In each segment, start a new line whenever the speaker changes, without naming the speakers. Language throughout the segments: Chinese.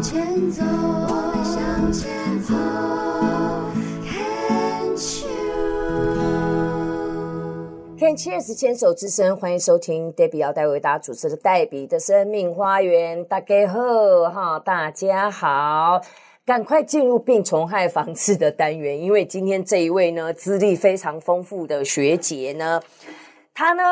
前走，我们向前走。Can't you？
看 Cheers 牵手之声，欢迎收听 Debbie 要带为大家主持的《黛比的生命花园》。大家好，哈，大家好，赶快进入病虫害防治的单元，因为今天这一位呢，资历非常丰富的学姐呢，她呢。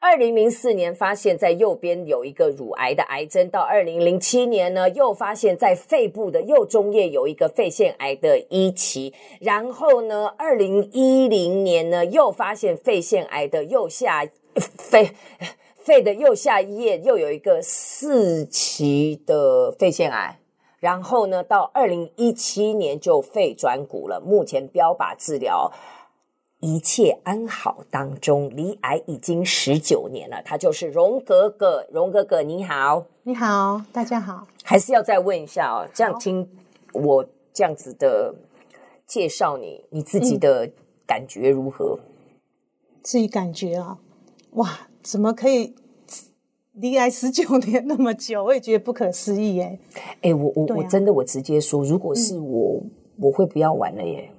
二零零四年发现，在右边有一个乳癌的癌症，到二零零七年呢，又发现在肺部的右中叶有一个肺腺癌的一期，然后呢，二零一零年呢，又发现肺腺癌的右下呃肺 肺的右下叶又有一个四期的肺腺癌。然后呢，到二零一七年就肺转骨了，目前标靶治疗一切安好当中，离癌已经十九年了。他就是荣格格，荣格格你好，
你好，大家好。
还是要再问一下哦。这样听我这样子的介绍你，你自己的感觉如何？
自己感觉啊，哇，怎么可以离癌十九年那么久？我也觉得不可思议哎。
哎、我我、
对啊嗯
我真的我直接说，如果是我，我会不要玩了耶，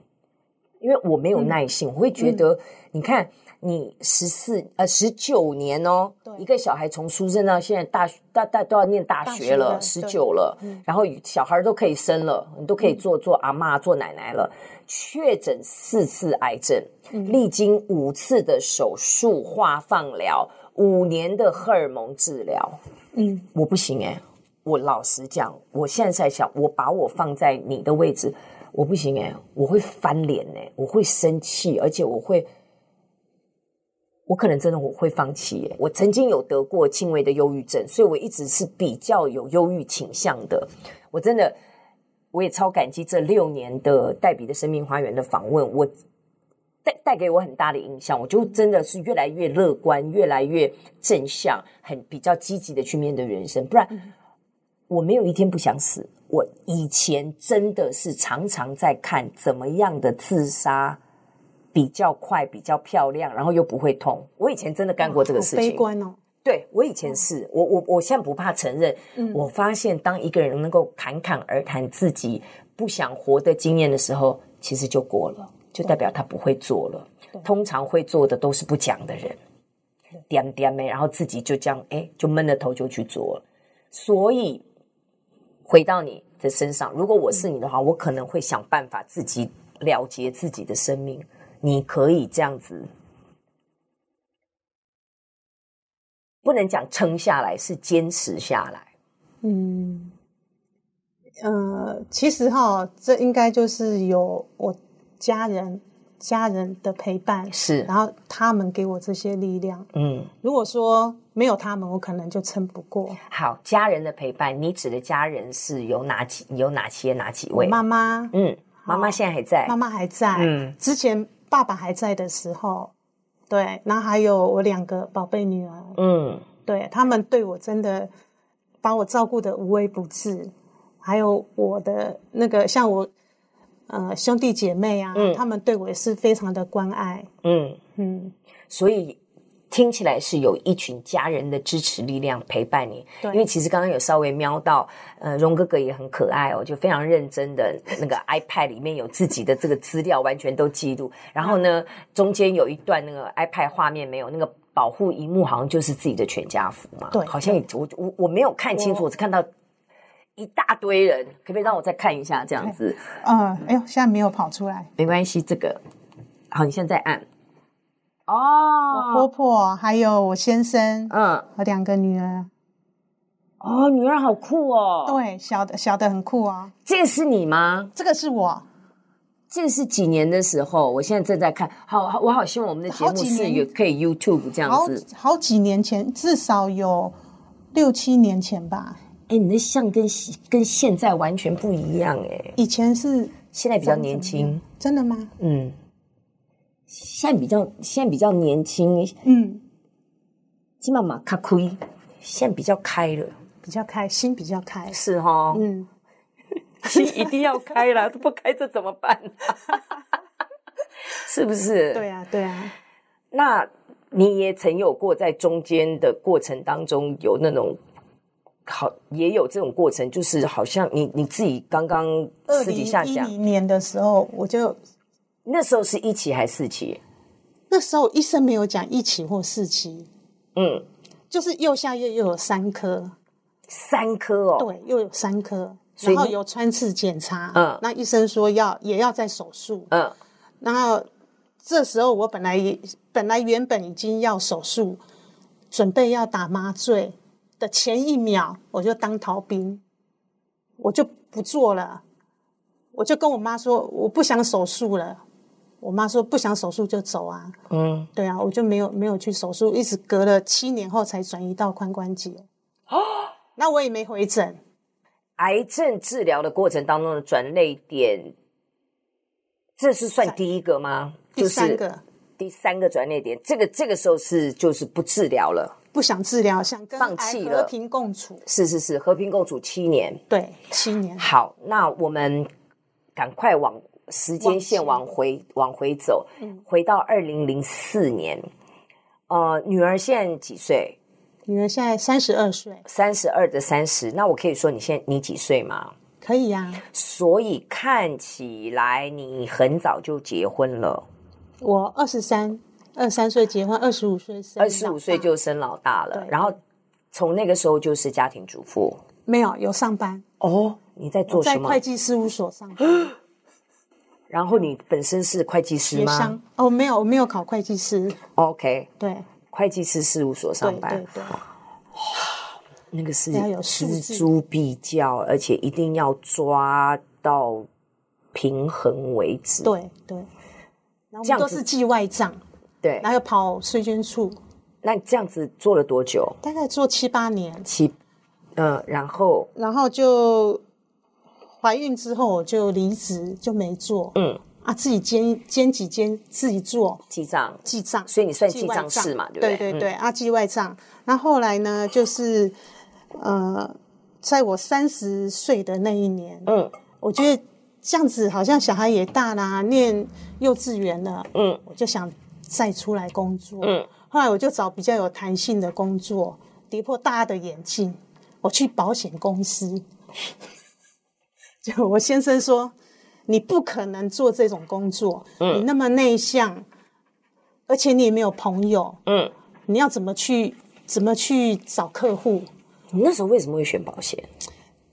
因为我没
嗯
有耐性，我会觉得，你看你十四呃十九年哦
对，
一个小孩从出生到现在大学大大都要念大学嗯了，
大
十
学了
九了，然后小孩都可以生了，你都可以做做阿妈做奶奶了，确诊四次癌症，历经五次的手术化放疗，五年的荷尔蒙治疗。
嗯，
我不行哎、我老实讲，我现在在想，我把我放在你的位置，我不行哎、我会翻脸哎、我会生气，而且我会，我可能真的我会放弃哎、我曾经有得过轻微的忧郁症，所以我一直是比较有忧郁倾向的。我真的，我也超感激这六年的黛比的生命花园的访问，我带带给我很大的影响，我就真的是越来越乐观，越来越正向，很比较积极的去面对人生。不然，
嗯
我没有一天不想死。我以前真的是常常在看怎么样的自杀比较快、比较漂亮，然后又不会痛。我以前真的干过这个
好
事情，
悲观哦。
对我以前是我我我现在不怕承认，我发现当一个人能够侃侃而谈自己不想活的经验的时候，其实就过了，就代表他不会做了。通常会做的都是不讲的人，点点没，然后自己就这样哎，就闷着头就去做了。所以回到你的身上，如果我是你的话，我可能会想办法自己了结自己的生命。你可以这样子不能讲撑下来，是坚持下来。
嗯，呃，其实哈，这应该就是有我家人家人的陪伴，
是
然后他们给我这些力量。
嗯，
如果说没有他们，我可能就撑不过。
好，家人的陪伴，你指的家人是有哪几有哪些哪几
我
位？
妈妈，
嗯，妈妈现在还在
妈。妈还在，
嗯
之前爸爸还在的时候，对，然后还有我两个宝贝女儿，
嗯，
对他们对我真的把我照顾的无微不至，还有我的那个像我呃兄弟姐妹啊，
嗯
他们对我也是非常的关爱。
嗯，
嗯，
所以听起来是有一群家人的支持力量陪伴你。
对
因为其实刚刚有稍微瞄到，呃，荣哥哥也很可爱哦，就非常认真的 那个 iPad 里面有自己的这个资料，完全都记录。然后呢，中间有一段那个 iPad 画面没有那个。保护荧幕好像就是自己的全家福嘛，
对
好像也我我我没有看清楚，
我
我只看到一大堆人，可不可以让我再看一下这样子？
呃，哎呦，现在没有跑出来。
没关系，这个好，你现在按
我
哦
婆，婆还有我先生
嗯，
和两个女儿，
哦，女儿好酷哦！，
对，小的小的很酷啊。
这是你吗？
这个是我，
这是几年的时候？我现在正在看，好，好我好希望我们的节
好
目
几
是
年
有可以 YouTube 这样
好
子。
好几年前，至少有六七年前吧。
哎，你的像跟现跟现在完全不一样哎，
以前是
现在比较年轻，，
真的吗？
嗯，现在比较现在比较年轻，
嗯，
起码嘛卡亏，现在比较开了，
比较开心，比较开。
是哈、
嗯，
心 一定要开啦， 不开这怎么办、 是不是？
对啊，对啊。
那你也曾有过在中间的过程当中有那种好也有这种过程，就是好像你你自己刚刚
二
私
零
底下
一
讲，
零年的时候，我就
那时候是一期还是四期？
那时候医生没有讲一期或四期，
嗯，
就是右下叶又有三颗，
三颗哦，
对，又有三颗，
所以
然后
你
有穿刺检查，
嗯
那医生说要也要再手术，
嗯
然后这时候我本来也本来原本已经要手术，准备要打麻醉的前一秒，我就当逃兵，我就不做了，我就跟我妈说我不想手术了。我妈说不想手术就走啊，
嗯，
对啊，我就没有没有去手术，一直隔了七年后才转移到髋关节。
啊
那我也没回诊，
癌症治疗的过程当中的转泪点，这是算第一个吗？
第三
就是
个、
第三个转泪点，这个这个时候是就是不治疗了，
不想治疗，想跟
放
癌
弃了
和平共处。
是是是，和平共处七年。
对，七年。
好，那我们赶快往时间线
往
往
嗯
回往回走，回到二零零四年。呃，女儿现在几岁？
女儿现在三十二岁，
三十二的三十。那我可以说你现在你几岁吗？
可以啊呀、
所以看起来你很早就结婚了，
我二十三，二三岁结婚，二十五岁生，
二十五岁就生老大了，
嗯对
然后从那个时候就是家庭主妇。
没有有上班，
哦，你在做
我
什
在
么
会？计事务所上班，
然后你本身是会计师
协
吗
商。哦，没有，我没有考会计师，
？OK，
对，
会计师事务所上
对
班。
对对，
那个是
要有数字
锱铢必较，而且一定要抓到平衡为止。
对对。然后我
这样
们
子
都是记外账，
对
然后跑税捐处，
那这样子做了多久？
大概做七八年，
七，嗯，然后
然后就怀孕之后我就离职，就没做，
嗯，
啊，自己兼兼几兼自己做，
记账，
记账，
所以你算记
外
账师嘛，对不
对
对嗯
对对，啊，记外账。那后来呢，就是呃，在我三十岁的那一年，
嗯
我觉得这样子好像小孩也大啦，念幼稚园了，
嗯
我就想再出来工作。
嗯，
后来我就找比较有弹性的工作，跌破大家的眼镜，我去保险公司。 就我先生说，你不可能做这种工作，
嗯
你那么内向，而且你也没有朋友，
嗯。
你要怎么去怎么去找客户？
你那时候为什么会选保险？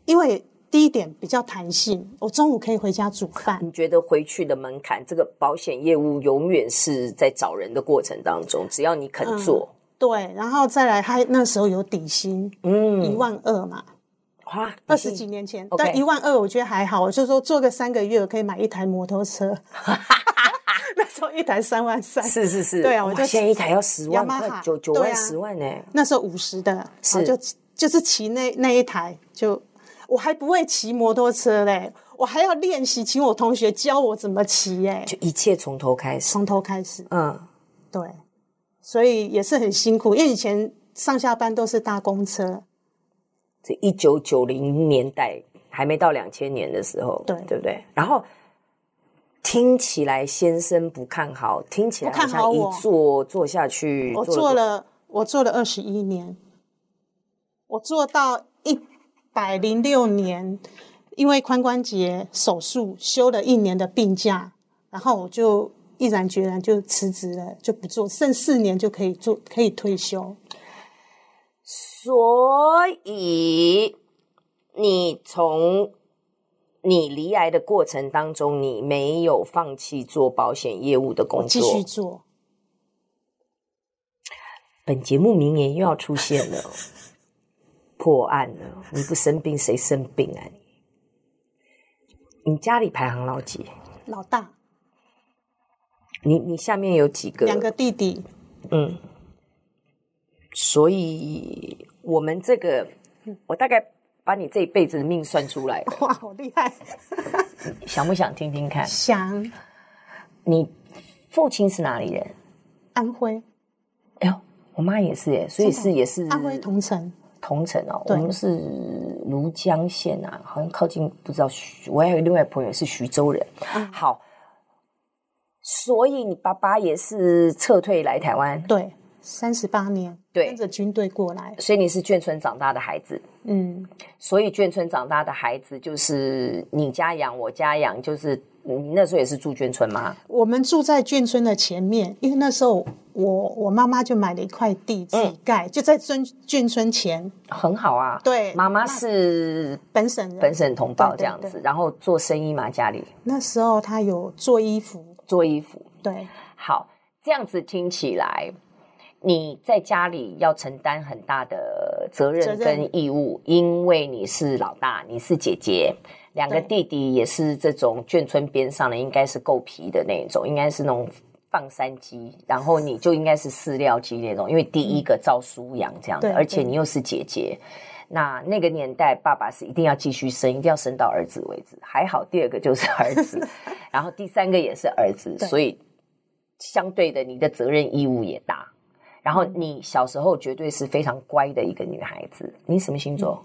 因为第一点比较弹性，我中午可以回家煮饭，
你觉得回去的门槛，这个保险业务永远是在找人的过程当中，只要你肯
嗯
做，
对，然后再来，他那时候有底薪一
嗯，
万二嘛，
哇，
二十几年前，
OK
但一万二我觉得还好，我就说做个三个月，我可以买一台摩托车。 那时候一台三万三，
是是是，
对啊
哇
我就
现在一台要十万
Yamaha，
块，九九
对
万
啊
十万呢，
那时候五十的，
是
我就就是骑那那一台，就我还不会骑摩托车嘞，我还要练习，请我同学教我怎么骑耶，
就一切从头开始。
从头开始。
嗯，
对，所以也是很辛苦，因为以前上下班都是搭公车，
这一九九零年代还没到两千年的时候，
对
对不对？然后听起来先生不看好，听起来
不看好
像一
我
做做下去，
我
多
做了我做了二十一年，我做到一百零六年，因为髋关节手术休了一年的病假，然后我就毅然决然就辞职了，就不做，剩四年就可以做可以退休。
所以你从你离癌的过程当中，你没有放弃做保险业务的
我
工
继
作，
续做，
本节目明年又要出现 了，哦破案了！哦你不生病谁生病啊你？你家里排行老几？
老大
你你下面有几个？
两个弟弟，
嗯，所以我们这个，我大概把你这一辈子的命算出 来了，
哇，好厉害！
想不想听听看？
翔
你父亲是哪里人？
安徽，
哎呦，我妈也是耶，所以是
真的
也是
安徽桐城，
同城哦，我
对
们是庐江县啊，好像靠近不知道徐，我还有另外一个朋友是徐州人。
嗯
好，所以你爸爸也是撤退来台湾，
对，三十八年，
对
跟着军队过来，
所以你是眷村长大的孩子，
嗯，
所以眷村长大的孩子就是你家养我家养，就是你那时候也是住眷村吗？
我们住在眷村的前面，因为那时候我我妈妈就买了一块地自
嗯
己盖，就在眷眷村前，
很好啊，
对
妈妈是
本省人，
本省同胞
对对
这样子
对，
然后做生意嘛，家里
那时候她有做衣服，
做衣服。
对，
好，这样子听起来，你在家里要承担很大的责
责
任
任
跟义务，因为你是老大，你是姐姐，两个弟
对
弟也是这种眷村边上的，应该是够皮的那一种，应该是那种。放山鸡，然后你就应该是饲料鸡那种，因为第一个照书养这样子，
对
而且
对
你又是姐姐，那那个年代，爸爸是一定要继续生，一定要生到儿子为止。还好，第二个就是儿 子，然后第三个也是儿子，
对
所以相对的，你的责任义务也大。然后你小时候绝对是非常乖的一个女孩子。你什么星座？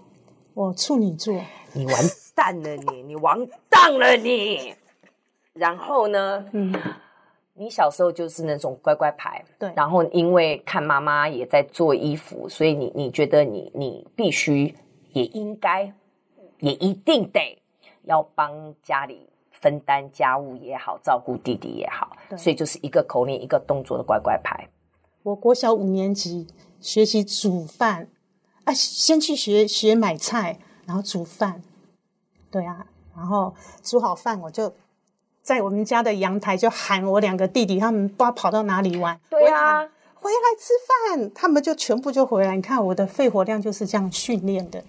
我处女座，
你完蛋了你，你完蛋了你。然后呢，
嗯，
你小时候就是那种乖乖牌，
对
然后因为看妈妈也在做衣服，所以你你觉得你你必须也应该也一定得要帮家里分担家务也好，照顾弟弟也好，
对
所以就是一个口令一个动作的乖乖牌。
我国小五年级学习煮饭，啊，先去学学买菜，然后煮饭，对啊，然后煮好饭我就。在我们家的阳台就喊我两个弟弟，他们不知道跑到哪里玩。
对
我
啊，
回来吃饭，他们就全部就回来。你看我的肺活量就是这样训练的，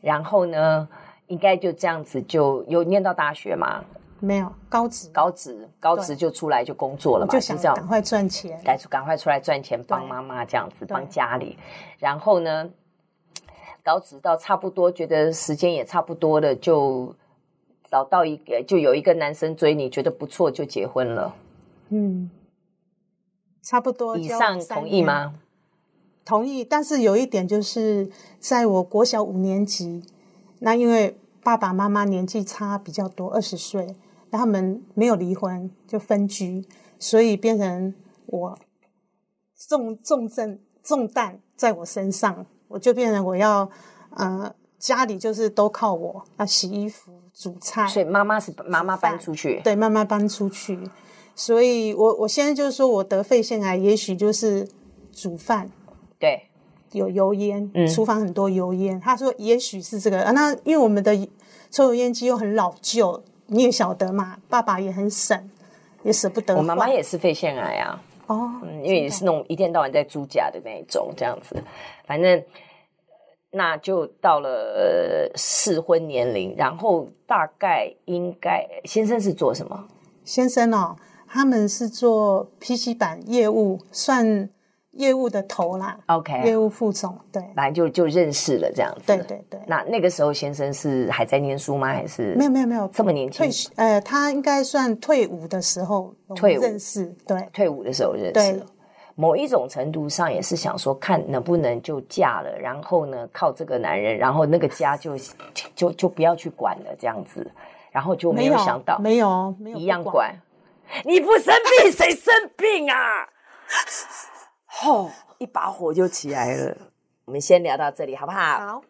然后呢，应该就这样子就有念到大学嘛，
没有高职，
高职高职
对
就出来就工作了
我
嘛，
就是想
这样
赶快赚钱。
赶赶快出来赚钱，帮妈妈这样子，帮家里。然后呢，搞直到差不多，觉得时间也差不多了，就找到一个，就有一个男生追你，觉得不错，就结婚了。
嗯，差不多。
以上同意？吗？
同意，但是有一点就是，在我国小五年级，那因为爸爸妈妈年纪差比较多，二十岁，然后他们没有离婚，就分居，所以变成我重重症重担在我身上，我就变成我要呃家里就是都靠我，要洗衣服、煮菜，
所以妈妈是妈妈搬出去，
对，慢慢搬出去。所以我我现在就是说我得肺腺癌，也许就是煮饭。
对
有油烟，
嗯
厨房很多油烟。他说也许是这个，啊、那因为我们的抽油烟机又很老旧，你也晓得嘛，爸爸也很省，也舍不得
我
换。
妈妈也是肺腺癌啊，
哦，
嗯，因为也是那种一天到晚在租假的那一种这样子，反正那就到了呃适婚年龄，然后大概应该先生是做什么？
先生哦，他们是做 PC 版业务，算业务的头啦
哦 OK
业务副总，对，
反正就就认识了这样子。
对对对
那那个时候先生是还在念书吗？还是
没有没有没有
这么年轻
退？休，呃，他应该算退伍的时候我们
退伍
认识，对
退伍的时候认识
对
了。某一种程度上也是想说，看能不能就嫁了，然后呢靠这个男人，然后那个家就就就不要去管了这样子，然后就没有想到
没有没有
一样
不
管。你不生病谁生病 啊？吼、一把火就起来了。我们先聊到这里好不好？
好。